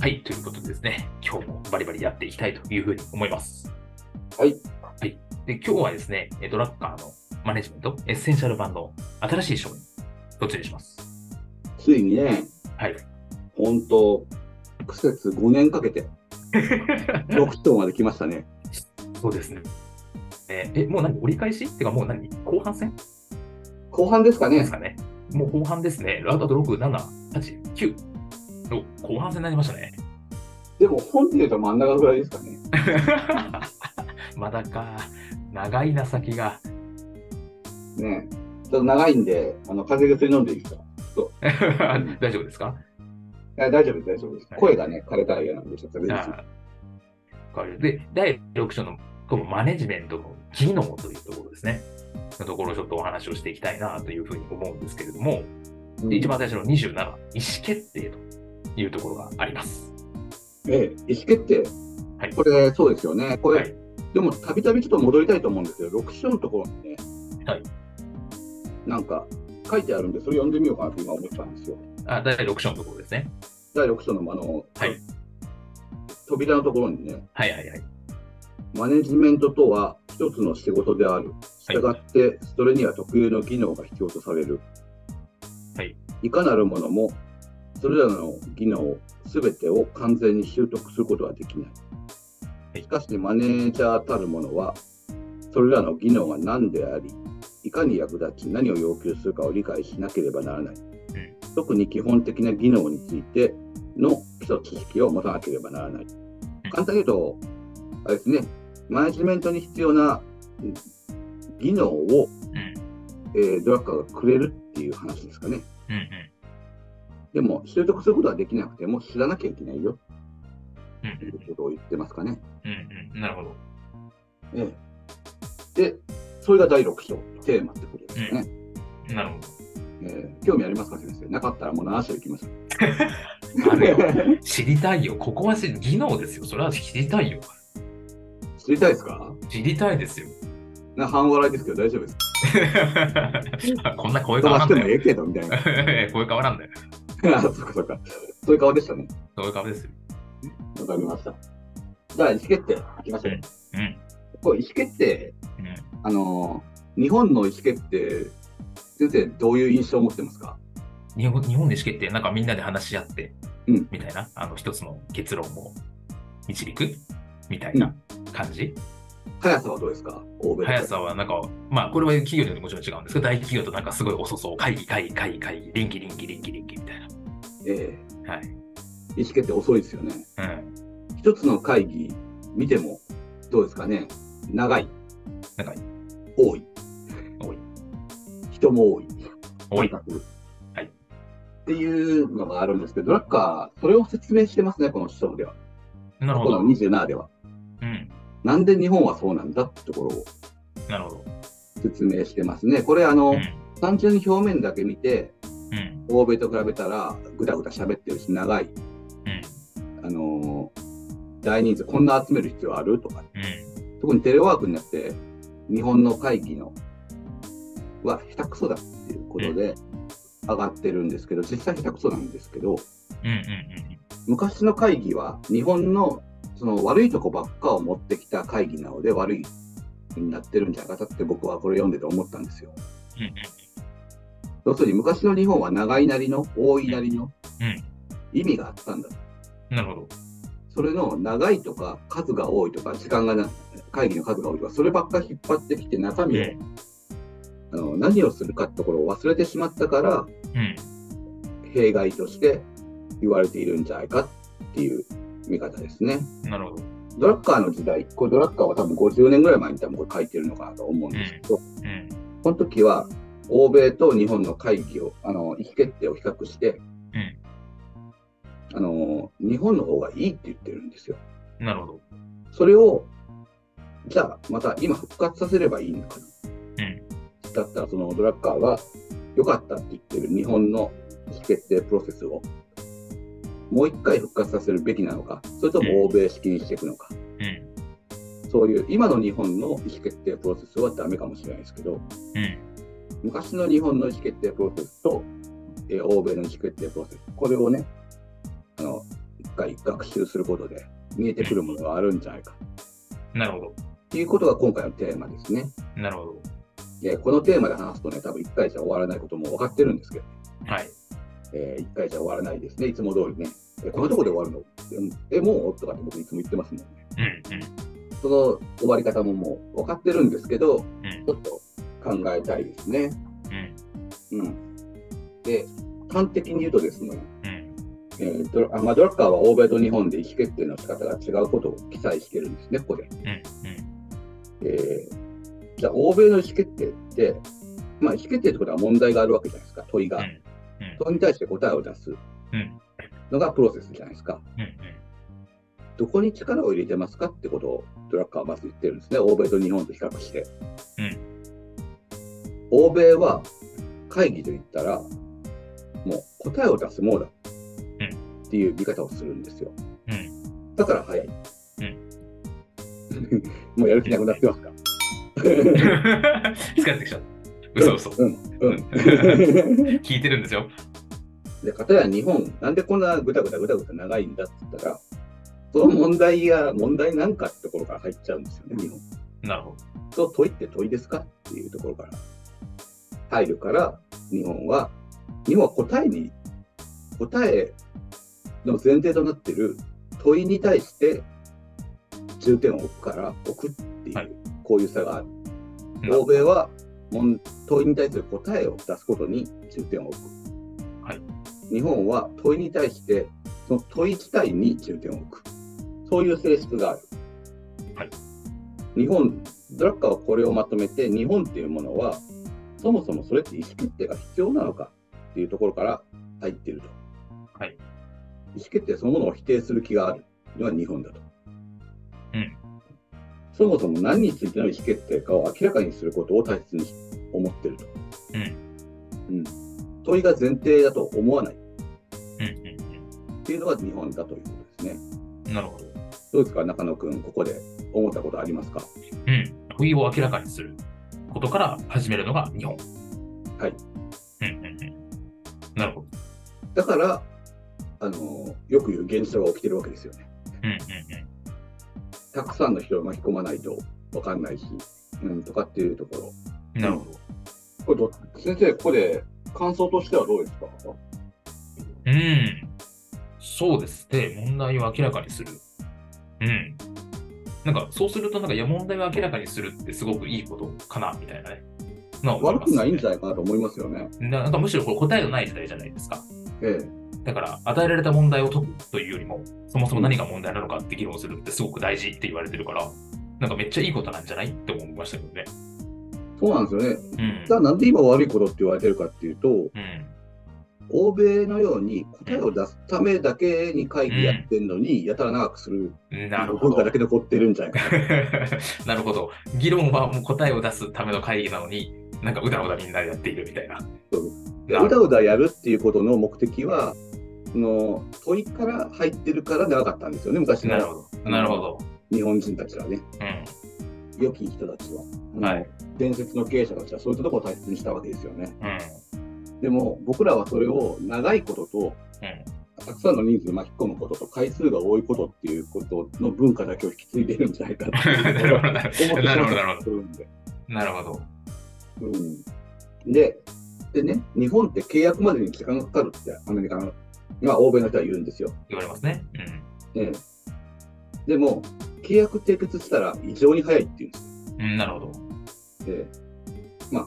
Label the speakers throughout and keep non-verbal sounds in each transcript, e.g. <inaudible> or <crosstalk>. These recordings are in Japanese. Speaker 1: はい、ということでですね、今日もバリバリやっていきたいというふうに思います。
Speaker 2: はい。
Speaker 1: はい。で、今日はですね、えドラッカーのマネジメント、エッセンシャル版の新しい章に突入します。
Speaker 2: ついにね、
Speaker 1: はい。
Speaker 2: 本当苦節5年かけ <laughs> て、6章まで来ましたね。
Speaker 1: そうですね。えーえ、もう何折り返しってかもう何後半戦で
Speaker 2: 後半ですかね
Speaker 1: す。かねもう後半ですね。ラウドと6、7、8、9。の後半戦になりました
Speaker 2: <laughs>
Speaker 1: ね。
Speaker 2: でも、本で言うと真ん中ぐらいですかね。
Speaker 1: まだか。長いな、先
Speaker 2: <laughs>
Speaker 1: が。
Speaker 2: ねちょっと長いんで、あの、風邪薬飲んでいいですか
Speaker 1: 大丈夫ですか
Speaker 2: いや大丈夫です、大丈夫です。
Speaker 1: はい
Speaker 2: 声がね、枯れたら嫌なんで、ちょっとね
Speaker 1: ああわかりましたで、第6章のこのマネジメントの技能というところですね。のところをちょっとお話をしていきたいなというふうに思うんですけれども、
Speaker 2: うん
Speaker 1: で一番最初の27、意思決定というところがあります。
Speaker 2: ええ、意思決定。
Speaker 1: はい
Speaker 2: これ、そうですよね。これ、
Speaker 1: はい
Speaker 2: でも、たびたびちょっと戻りたいと思うんですけど、6章のところにね、
Speaker 1: はい
Speaker 2: なんか、書いてあるんで、それ読んでみようかなと今思ったんですよ。
Speaker 1: あ第6章のところですね。
Speaker 2: 第6章の、あの、
Speaker 1: はい
Speaker 2: 扉のところにね、
Speaker 1: はいはいはい。
Speaker 2: マネジメントとは一つの仕事であ
Speaker 1: は
Speaker 2: る。
Speaker 1: い
Speaker 2: 従って、それには特有の技能が必要とされる。
Speaker 1: はい。
Speaker 2: いかなるものも、それらの技能すべてを完全に習得することはできない。
Speaker 1: はい
Speaker 2: しかし、マネージャーたるものは、それらの技能が何であり、いかに役立ち、何を要求するかを理解しなければならない。特に基本的な技能についての基礎知識を持たなければならない。簡単に言うと、あれですね、マネジメントに必要なうん技能を、
Speaker 1: うん
Speaker 2: えードラッカーがくれるっていう話ですかね。
Speaker 1: うん
Speaker 2: でも、習得することはできなくても、知らなきゃいけないよ
Speaker 1: うん。う
Speaker 2: ってい
Speaker 1: ん
Speaker 2: うことを言ってますかね。
Speaker 1: うんうん。なるほど。
Speaker 2: ええ、で、それが第6章、テーマってことですかね。
Speaker 1: なるほど。
Speaker 2: えー興味ありますか、先生。なかったらもう7章いきます。
Speaker 1: あれよ知りたいよ。ここは知技能ですよ。それは知りたいよ。
Speaker 2: 知りたいですか
Speaker 1: 知りたいです
Speaker 2: <laughs>
Speaker 1: よ。
Speaker 2: な半笑いですけど大丈夫ですか
Speaker 1: こんな声
Speaker 2: 飛
Speaker 1: 変わ
Speaker 2: ば
Speaker 1: らんだ
Speaker 2: しても
Speaker 1: よ。
Speaker 2: ええけど、みたいな。
Speaker 1: <laughs> 声変わらんだよ。 <laughs>
Speaker 2: あそっかそっか。そういう顔でしたね。
Speaker 1: そういう顔ですよ。
Speaker 2: わかりました。じゃあ、意思決定いきましょう。
Speaker 1: うん。
Speaker 2: これ意思決定、
Speaker 1: うん
Speaker 2: あのー日本の意思決定、先生、どういう印象を持ってますか
Speaker 1: 日本日本で意思決定、なんかみんなで話し合って、
Speaker 2: うん
Speaker 1: みたいな、あの一つの結論を導くみたいな感じ。
Speaker 2: 速さはどうですか欧米と
Speaker 1: 速さはなんか、まあ、これは企業によってもちろん違うんですけど、大企業となんかすごい遅そう、会議、会議、会議、会議、臨機、臨機、臨機、臨機みたい
Speaker 2: え
Speaker 1: な。はい。
Speaker 2: え意思決定遅いですよね。
Speaker 1: うん。
Speaker 2: 一つの会議見ても、どうですかね長い。
Speaker 1: 長い。
Speaker 2: 多い。
Speaker 1: 多い。
Speaker 2: 人も多い。
Speaker 1: 多い。
Speaker 2: とにかく
Speaker 1: はい
Speaker 2: っていうのがあるんですけど、ドラッカー、それを説明してますね、この章では。
Speaker 1: なるほ
Speaker 2: こ
Speaker 1: ど
Speaker 2: の。27では。
Speaker 1: うん。
Speaker 2: なんで日本はそうなんだってところを
Speaker 1: なるほど。
Speaker 2: 説明してますね。これ、あの、
Speaker 1: うん。
Speaker 2: 単純に表面だけ見て、
Speaker 1: うん。
Speaker 2: 欧米と比べたら、ぐだぐだ喋ってるし、長い、
Speaker 1: うん。
Speaker 2: あのー大人数、こんな集める必要あるとか、
Speaker 1: うん。
Speaker 2: 特にテレワークになって、日本の会議のは下手くそだっていうことで上がってるんですけど、実際下手くそなんですけど、
Speaker 1: うん。うん。
Speaker 2: 昔の会議は日本のその悪いとこばっかを持ってきた会議なので悪いになってるんじゃなかったって僕はこれ読んでて思ったんですよ。
Speaker 1: うん。
Speaker 2: 要するに昔の日本は長いなりの多いなりの
Speaker 1: うん
Speaker 2: 意味があったんだと。
Speaker 1: うん。なるほど。
Speaker 2: それの長いとか数が多いとか時間がな会議の数が多いとかそればっかり引っ張ってきて中身を、
Speaker 1: うん
Speaker 2: あの何をするかってところを忘れてしまったから
Speaker 1: うん。
Speaker 2: 弊害として言われているんじゃないかっていう見方ですね。
Speaker 1: なるほど。
Speaker 2: ドラッカーの時代、これドラッカーは多分50年ぐらい前に多分これ書いてるのかなと思うんですけど、
Speaker 1: うん。
Speaker 2: この時は欧米と日本の会議を、あの、意思決定を比較して、
Speaker 1: うん
Speaker 2: あの、日本の方がいいって言ってるんですよ。
Speaker 1: なるほど。
Speaker 2: それを、じゃあまた今復活させればいいのかな。
Speaker 1: うん
Speaker 2: だったらそのドラッカーが良かったって言ってる日本の意思決定プロセスを、もう一回復活させるべきなのか、それとも欧米式にしていくのか、
Speaker 1: うん。
Speaker 2: そういう今の日本の意思決定プロセスはダメかもしれないですけど、
Speaker 1: うん。
Speaker 2: 昔の日本の意思決定プロセスと、えー欧米の意思決定プロセス、これをね、あの、一回学習することで見えてくるものがあるんじゃないか
Speaker 1: なるほ
Speaker 2: っていうことが今回のテーマですね。
Speaker 1: ど。なるほど。
Speaker 2: えーこのテーマで話すとね、多分1回じゃ終わらないことも分かってるんですけど、
Speaker 1: はい。
Speaker 2: え1回じゃ終わらないですね、いつも通りね。えーこのところで終わるのえ、もうとかって僕いつも言ってますもんね。
Speaker 1: うん。
Speaker 2: その終わり方ももう分かってるんですけど、
Speaker 1: うん。うん
Speaker 2: ちょっと考えたいですね。。
Speaker 1: うん
Speaker 2: うん。で、端的に言うとですね、。
Speaker 1: うん
Speaker 2: えードラあまあ、ドラッカーは欧米と日本で意思決定の仕方が違うことを記載してるんですね、ここで。
Speaker 1: うん。
Speaker 2: えーじゃあ、欧米の意思決定って、まあ、意思決定ってことは問題があるわけじゃないですか、問いが。
Speaker 1: うんうん
Speaker 2: 問いに対して答えを出す
Speaker 1: うん。
Speaker 2: のがプロセスじゃないですか。
Speaker 1: うん。
Speaker 2: どこに力を入れてますかってことをドラッカーはまず言ってるんですね、欧米と日本と比較して。
Speaker 1: うん
Speaker 2: 欧米は会議といったら、もう答えを出すものだっていう見方をするんですよ。
Speaker 1: うん。
Speaker 2: だから早い。
Speaker 1: う
Speaker 2: <laughs> もうやる気なくなってますか。
Speaker 1: 疲れてきちゃった。 <laughs> 嘘嘘。
Speaker 2: うんうん、
Speaker 1: 聞いてるん <laughs> ですよ。
Speaker 2: で、かたや日本、なんでこんなぐだぐだぐだぐだ長いんだって言ったら、その問題や問題なんかってところから入っちゃうんですよね、日本。
Speaker 1: なるほど。
Speaker 2: と問いって問いですかっていうところから入るから、日本は、日本は答えに、答えの前提となっている問いに対して重点を置くから、置くっていう、
Speaker 1: はい
Speaker 2: こういう差がある。
Speaker 1: なる
Speaker 2: 欧
Speaker 1: ほど
Speaker 2: 米は問問いに対する答えを出すことに重点を置く。
Speaker 1: はい
Speaker 2: 日本は問いに対して、その問い自体に重点を置く。そういう性質がある。
Speaker 1: はい
Speaker 2: 日本、ドラッカーはこれをまとめて、日本っていうものは、そもそもそれって意思決定が必要なのかっていうところから入っていると。
Speaker 1: はい
Speaker 2: 意思決定そのものを否定する気があるのは日本だと。
Speaker 1: うん
Speaker 2: そもそも何についての意思決定かを明らかにすることを大切に思ってると。うん問いが前提だと思わないっ
Speaker 1: うんうん
Speaker 2: ていうのが日本だということですね。
Speaker 1: うん。なるほど。
Speaker 2: どうですか、中野くん、ここで思ったことありますか
Speaker 1: うん。不意を明らかにすることから始めるのが日本。
Speaker 2: はい。
Speaker 1: うんうんうん。なるほど。
Speaker 2: だから、あのよく言う現象が起きてるわけですよね。
Speaker 1: うんうん
Speaker 2: たくさんの人を巻き込まないと分かんないし、うん、とかっていうところ。
Speaker 1: うん。なるほど。
Speaker 2: これど先生、ここで感想としてはどうですか
Speaker 1: うん。そうですね。問題を明らかにする。うん。なんか、そうすると、なんか、いや、問題を明らかにするってすごくいいことかな、みたいなね。まあ、思
Speaker 2: 悪
Speaker 1: ます
Speaker 2: くないんじゃないかなと思いますよね。
Speaker 1: ななんか、むしろこれ答えのない時代じゃないですか。
Speaker 2: え
Speaker 1: だから、与えられた問題を解くというよりも、そもそも何が問題なのかって議論するってすごく大事って言われてるから、なんかめっちゃいいことなんじゃないって思いましたけどね。
Speaker 2: え、そうなんですよね。
Speaker 1: うん
Speaker 2: じゃあなんで今悪いことって言われてるかっていうと、
Speaker 1: うん。
Speaker 2: 欧米のように答えを出すためだけに会議やってんのに、やたら長くする
Speaker 1: なるほ
Speaker 2: 文化
Speaker 1: ど
Speaker 2: だ。け残ってるんじゃないか
Speaker 1: <laughs>
Speaker 2: な。
Speaker 1: なるほど。議論はもう答えを出すための会議なのに、なんかうだうだみんなでやっているみたいな。
Speaker 2: そうで
Speaker 1: な
Speaker 2: うだうだやるっていうことの目的は、その問いから入ってるから長かったんですよね、昔
Speaker 1: なる
Speaker 2: の
Speaker 1: ほど。なるほど。
Speaker 2: 日本人たちはね、
Speaker 1: う
Speaker 2: 良き人たちは。
Speaker 1: ん。はい。
Speaker 2: 伝説の経営者たちはそういったところを大切にしたわけですよね。
Speaker 1: うん。
Speaker 2: でも僕らはそれを長いことと、たくさんの人数巻き込むことと回数が多いことっていうことの文化だけを引き継いでるんじゃないかっていうところが思って
Speaker 1: <laughs> なるほど
Speaker 2: しま
Speaker 1: なる
Speaker 2: ったり
Speaker 1: ほ
Speaker 2: するんで。
Speaker 1: ど。なるほど。
Speaker 2: うん、ででね、日本って契約までに時間がかかるってアメリカの、まあ、欧米の人は言うんですよ。
Speaker 1: 言われますね。うん。
Speaker 2: ええでも、契約締結したら異常に早いっていうんです
Speaker 1: うん、なるほど。
Speaker 2: よ。ええまあ、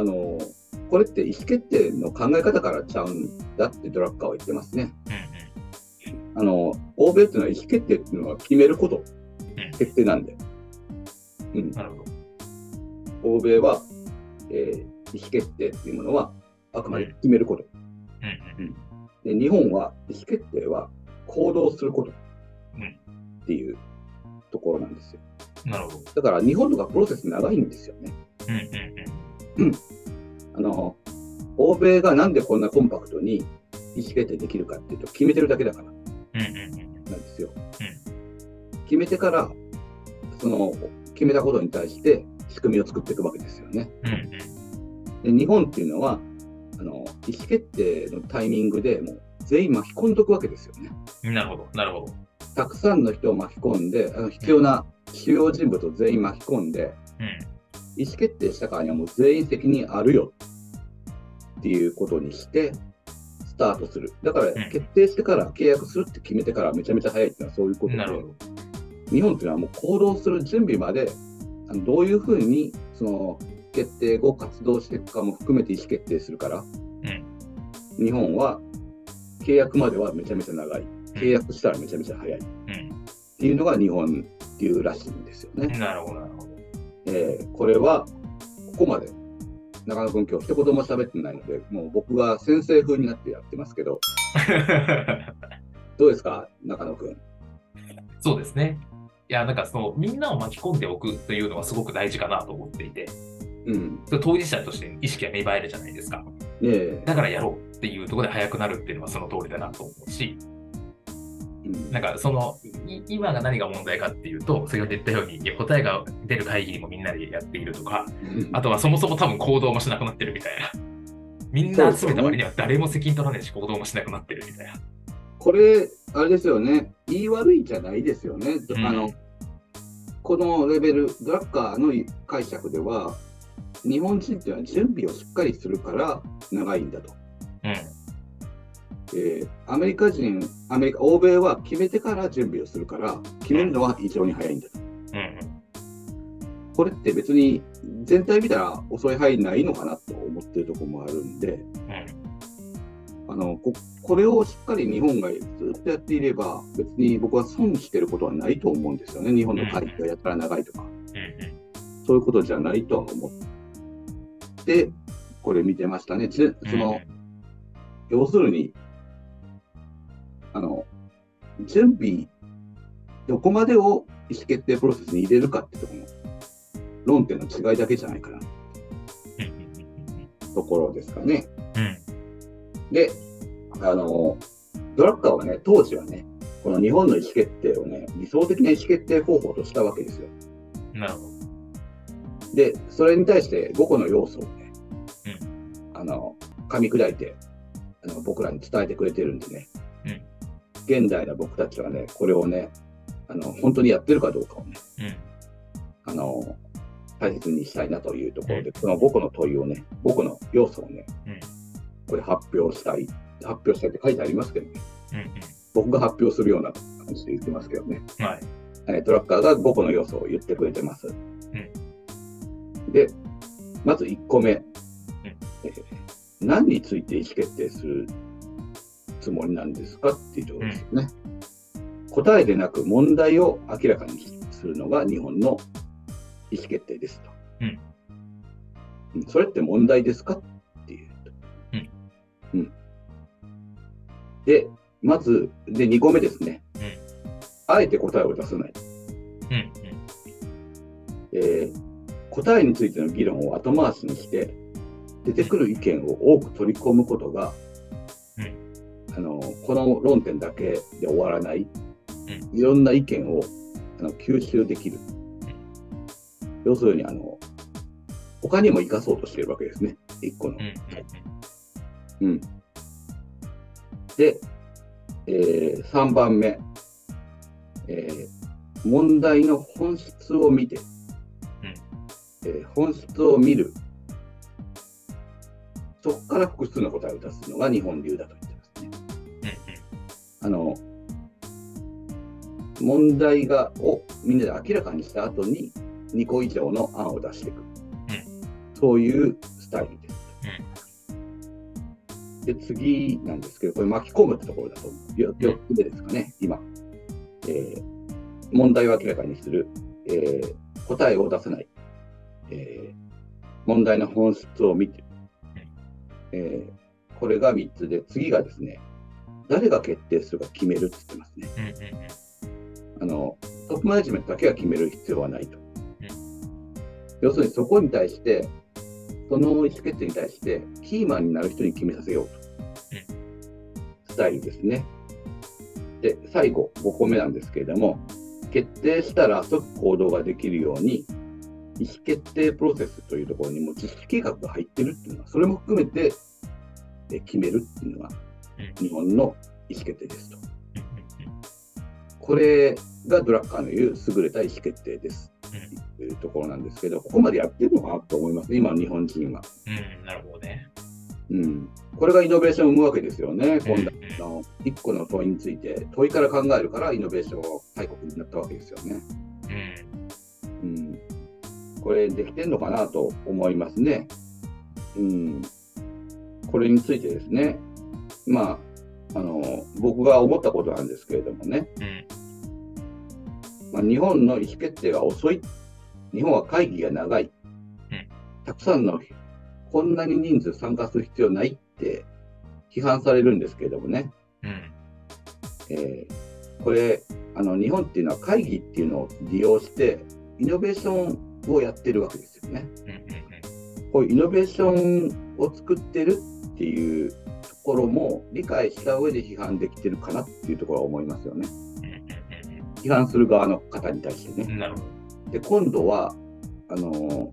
Speaker 2: あのこれって意思決定の考え方からちゃうんだってドラッカーは言ってますね。
Speaker 1: うん
Speaker 2: あの、欧米っていうのは意思決定っていうのは決めること、
Speaker 1: うん
Speaker 2: 決定なんで。うん
Speaker 1: うん。なるほど。
Speaker 2: 欧米は、えー意思決定っていうものはあくまで決めること。
Speaker 1: うん
Speaker 2: で日本は意思決定は行動すること
Speaker 1: うん
Speaker 2: っていうところなんですよ。
Speaker 1: うん。なるほど。
Speaker 2: だから日本とかプロセス長いんですよね。
Speaker 1: うんうんうん。
Speaker 2: あの、欧米がなんでこんなコンパクトに意思決定できるかっていうと決めてるだけだから
Speaker 1: うんうん
Speaker 2: なんですよ。決めてから、その、決めたことに対して仕組みを作っていくわけですよね。
Speaker 1: うん。うん
Speaker 2: で日本っていうのはあの意思決定のタイミングでもう全員巻き込んどくわけですよね
Speaker 1: うん。なるほど。なるほど。
Speaker 2: たくさんの人を巻き込んであの必要な主要人物を全員巻き込んで
Speaker 1: うん。
Speaker 2: 意思決定したからにはもう全員責任あるよっていうことにしてスタートするだから
Speaker 1: ん
Speaker 2: 決定してから契約するって決めてからめちゃめちゃ早いっていうのはそういうことで
Speaker 1: なるほど。
Speaker 2: 日本っていうのはもう行動する準備まであのどういうふうにその決定後活動していくかも含めて意思決定するから、日本は契約まではめちゃめちゃ長い契約したらめちゃめちゃ早いっ
Speaker 1: うん。
Speaker 2: ていうのが日本っていうらしいんですよね。
Speaker 1: なるほど。なるほど。
Speaker 2: えーこれはここまで中野君今日一言も喋ってないのでもう僕が先生風になってやってますけどどうですか中野君。
Speaker 1: <laughs> そうですね。いや、なんかその、みんなを巻き込んでおくというのはすごく大事かなと思っていて、
Speaker 2: うん
Speaker 1: それ当事者として意識が芽生えるじゃないですか。
Speaker 2: ねえ
Speaker 1: だからやろうっていうところで早くなるっていうのはその通りだなと思うし、
Speaker 2: うん
Speaker 1: なんかその、い今が何が問題かっていうと、先ほど言ったように、いや答えが出る会議にもみんなでやっているとか、あとはそもそも多分行動もしなくなってるみたいな。みんな集めた割には誰も責任取らないし行動もしなくなってるみたいな。
Speaker 2: これ、あれですよね、言い悪いじゃないですよね、
Speaker 1: うん
Speaker 2: あのこのレベル、ドラッカーの解釈では、日本人っていうのは準備をしっかりするから長いんだと。
Speaker 1: うん。
Speaker 2: えーアメリカ人、アメリカ、欧米は決めてから準備をするから、決めるのは非常に早いんだと。
Speaker 1: うん。
Speaker 2: これって別に全体見たら遅い範囲ないのかなと思ってるところもあるんで、
Speaker 1: うん。
Speaker 2: あのここれをしっかり日本がずっとやっていれば、別に僕は損してることはないと思うんですよね、日本の会議がやったら長いとか、
Speaker 1: うん。
Speaker 2: そういうことじゃないとは思って、これ見てましたね、ちその要するにあの、準備、どこまでを意思決定プロセスに入れるかってところの論点の違いだけじゃないかな
Speaker 1: うん。うん。
Speaker 2: ところですかね。
Speaker 1: うん。
Speaker 2: で、あの、ドラッカーはね、当時はね、この日本の意思決定をね、理想的な意思決定方法としたわけですよ。
Speaker 1: なるほど。
Speaker 2: で、それに対して5個の要素をね、あの、噛み砕いて、あの僕らに伝えてくれてるんでね、
Speaker 1: うん
Speaker 2: 現代の僕たちはね、これをね、あの、本当にやってるかどうかをね、
Speaker 1: うん。
Speaker 2: あの、大切にしたいなというところで、この5個の問いをね、5個の要素をね、
Speaker 1: うん
Speaker 2: これ発表したい、発表したいって書いてありますけどね、
Speaker 1: うん。
Speaker 2: 僕が発表するような感じで言ってますけどね、
Speaker 1: うん。はい。
Speaker 2: えートラッカーが5個の要素を言ってくれてます。で、まず1個目、えー何について意思決定するつもりなんですかっていうところですよね。答えでなく問題を明らかにするのが日本の意思決定ですと。
Speaker 1: うん
Speaker 2: うんそれって問題ですかっていうと。うんで、まず、で、2個目ですね。
Speaker 1: うん
Speaker 2: あえて答えを出さない。
Speaker 1: うん。
Speaker 2: えー答えについての議論を後回しにして出てくる意見を多く取り込むことが、
Speaker 1: う
Speaker 2: あのこの論点だけで終わらない、いろんな意見をあの吸収できる、要するにあの他にも生かそうとしているわけですね一個の
Speaker 1: うん。うん。
Speaker 2: うん。で、え3番目、えー問題の本質を見て、えー本質を見る、そこから複数の答えを出すのが日本流だと言ってますね。あの問題がをみんなで明らかにした後に2個以上の案を出していく、そういうスタイルです。で、次なんですけど、これ巻き込むってところだと思う。4, つ目ですかね、今。えー問題を明らかにする。えー答えを出さない。えー問題の本質を見て。えーこれが3つで、次がですね、誰が決定するか決めるって言ってますね。
Speaker 1: うんうんうん
Speaker 2: あのトップマネジメントだけは決める必要はないと。要するにそこに対して、その意思決定に対して、キーマンになる人に決めさせようと。スタイルですね。で、最後、5個目なんですけれども、決定したら即行動ができるように、意思決定プロセスというところにも実施計画が入ってるっていうのは、それも含めてえ決めるっていうのが
Speaker 1: うん、
Speaker 2: 日本の意思決定ですと。
Speaker 1: うんうん
Speaker 2: これがドラッカーの言う優れた意思決定です。というところなんですけど、ここまでやってるのかなと思います、今、日本人は。
Speaker 1: うんうんなるほどね。
Speaker 2: うん、これがイノベーションを生むわけですよね、今度
Speaker 1: うん
Speaker 2: の1個の問いについて、問いから考えるからイノベーション大国になったわけですよね。
Speaker 1: うん
Speaker 2: うん、これ、できてるのかなと思いますね。うん、これについてですね、まあ、あの僕が思ったことなんですけれどもね、
Speaker 1: うん
Speaker 2: まあ、日本の意思決定が遅い、日本は会議が長い
Speaker 1: うん、
Speaker 2: たくさんの、こんなに人数参加する必要ないって批判されるんですけれどもね、
Speaker 1: うん
Speaker 2: えーこれあの、日本っていうのは会議っていうのを利用して、イノベーションをやってるわけですよね。
Speaker 1: うんうん
Speaker 2: こういうイノベーションを作ってるっていうところも理解した上で批判できてるかなっていうところは思いますよね。
Speaker 1: うんうんうん
Speaker 2: 批判する側の方に対して
Speaker 1: う
Speaker 2: ね。
Speaker 1: んなるほど。
Speaker 2: で、今度は、あのー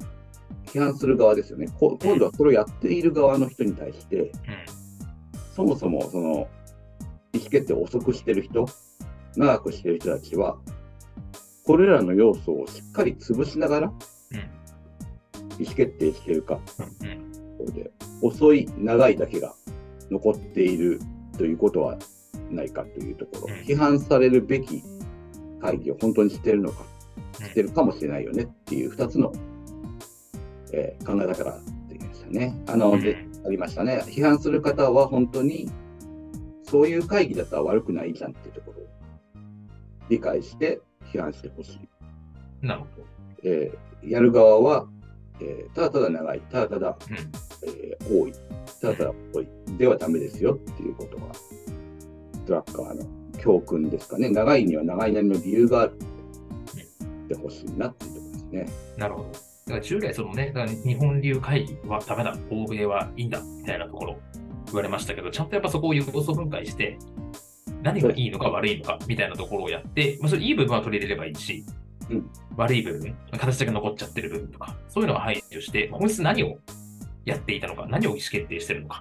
Speaker 2: 批判する側ですよね。こ今度はそれをやっている側の人に対して、そもそもその意思決定を遅くしてる人、長くしてる人たちは、これらの要素をしっかり潰しながら
Speaker 1: うん
Speaker 2: 意思決定してるか、
Speaker 1: うんうん
Speaker 2: これで遅い、長いだけが残っているということはないかというところ、
Speaker 1: うん
Speaker 2: 批判されるべき会議を本当にしてるのか、してるかもしれないよねっていう2つの、えー考え方ができましたね。あの、で、ありましたね。批判する方は本当に、そういう会議だったら悪くないじゃんっていうところを理解して批判してほしい。
Speaker 1: なるほど。
Speaker 2: えーやる側は、えーただただ長い、ただただ
Speaker 1: うん
Speaker 2: えー多い、ただただ多いではダメですよっていうことが、ドラッカーの教訓ですかね、長いには長いなりの理由があるってほしいなっていうところですね。
Speaker 1: なるほど。だから従来、そのね、だから日本流会議はダメだ、欧米はいいんだ、みたいなところ言われましたけど、ちゃんとやっぱそこを要素分解して、何がいいのか悪いのか、みたいなところをやって、まあ、それいい部分は取り入れればいいし、
Speaker 2: うん
Speaker 1: 悪い部分、形だけ残っちゃってる部分とか、そういうのは排除して、本質何をやっていたのか、何を意思決定してるのか、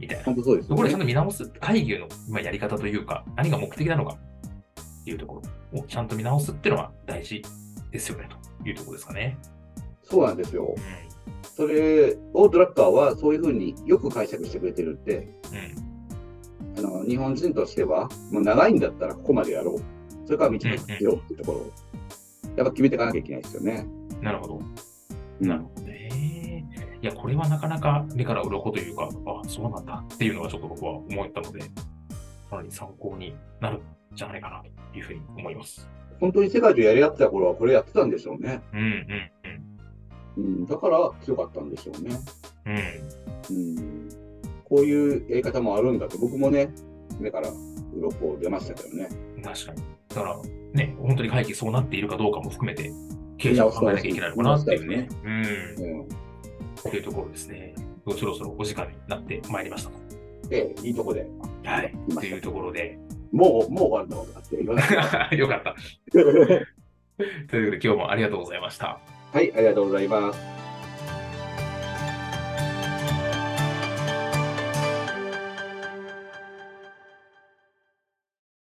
Speaker 1: みたいな。
Speaker 2: 本当そうです
Speaker 1: そ
Speaker 2: よ
Speaker 1: こでちゃん
Speaker 2: ね。
Speaker 1: と見直す、会議のまあやり方というか、何が目的なのかっていうところをちゃんと見直すっていうのは大事ですよね、というところですかね。
Speaker 2: そうなんですよ
Speaker 1: う。ん
Speaker 2: それをドラッカーはそういうふうによく解釈してくれてるって、
Speaker 1: うん
Speaker 2: あの日本人としては、もう長いんだったらここまでやろう、それから道のりをようっていうところを、やっぱ決めていかなきゃいけないですよね。
Speaker 1: なるほど。なるほどね。いや、これはなかなか目から鱗というか、あそうなんだっていうのがちょっと僕は思ったので、かなり参考になるんじゃないかなというふうに思います。
Speaker 2: 本当に世界でやり合ってた頃はこれやってたんでしょうね。
Speaker 1: うんうん
Speaker 2: うん、だから強かったんでしょうね。
Speaker 1: うん。うん。
Speaker 2: うんこういうやり方もあるんだって、僕もね、目から鱗出ましたけどね。
Speaker 1: 確かに。だから、ね、本当に会議そうなっているかどうかも含めて、経営者を考えなきゃいけないのかなっていうね。うん。
Speaker 2: うん、
Speaker 1: というところですね。そろそろお時間になってまいりましたと。
Speaker 2: で、いいとこで、
Speaker 1: はい。
Speaker 2: いま
Speaker 1: と
Speaker 2: し
Speaker 1: いう
Speaker 2: た
Speaker 1: ところで、 <laughs>
Speaker 2: もう、もう終わるのとかって言わない。
Speaker 1: よかった。ということで、今日もありがとうございました。
Speaker 2: はい、ありがとうございます。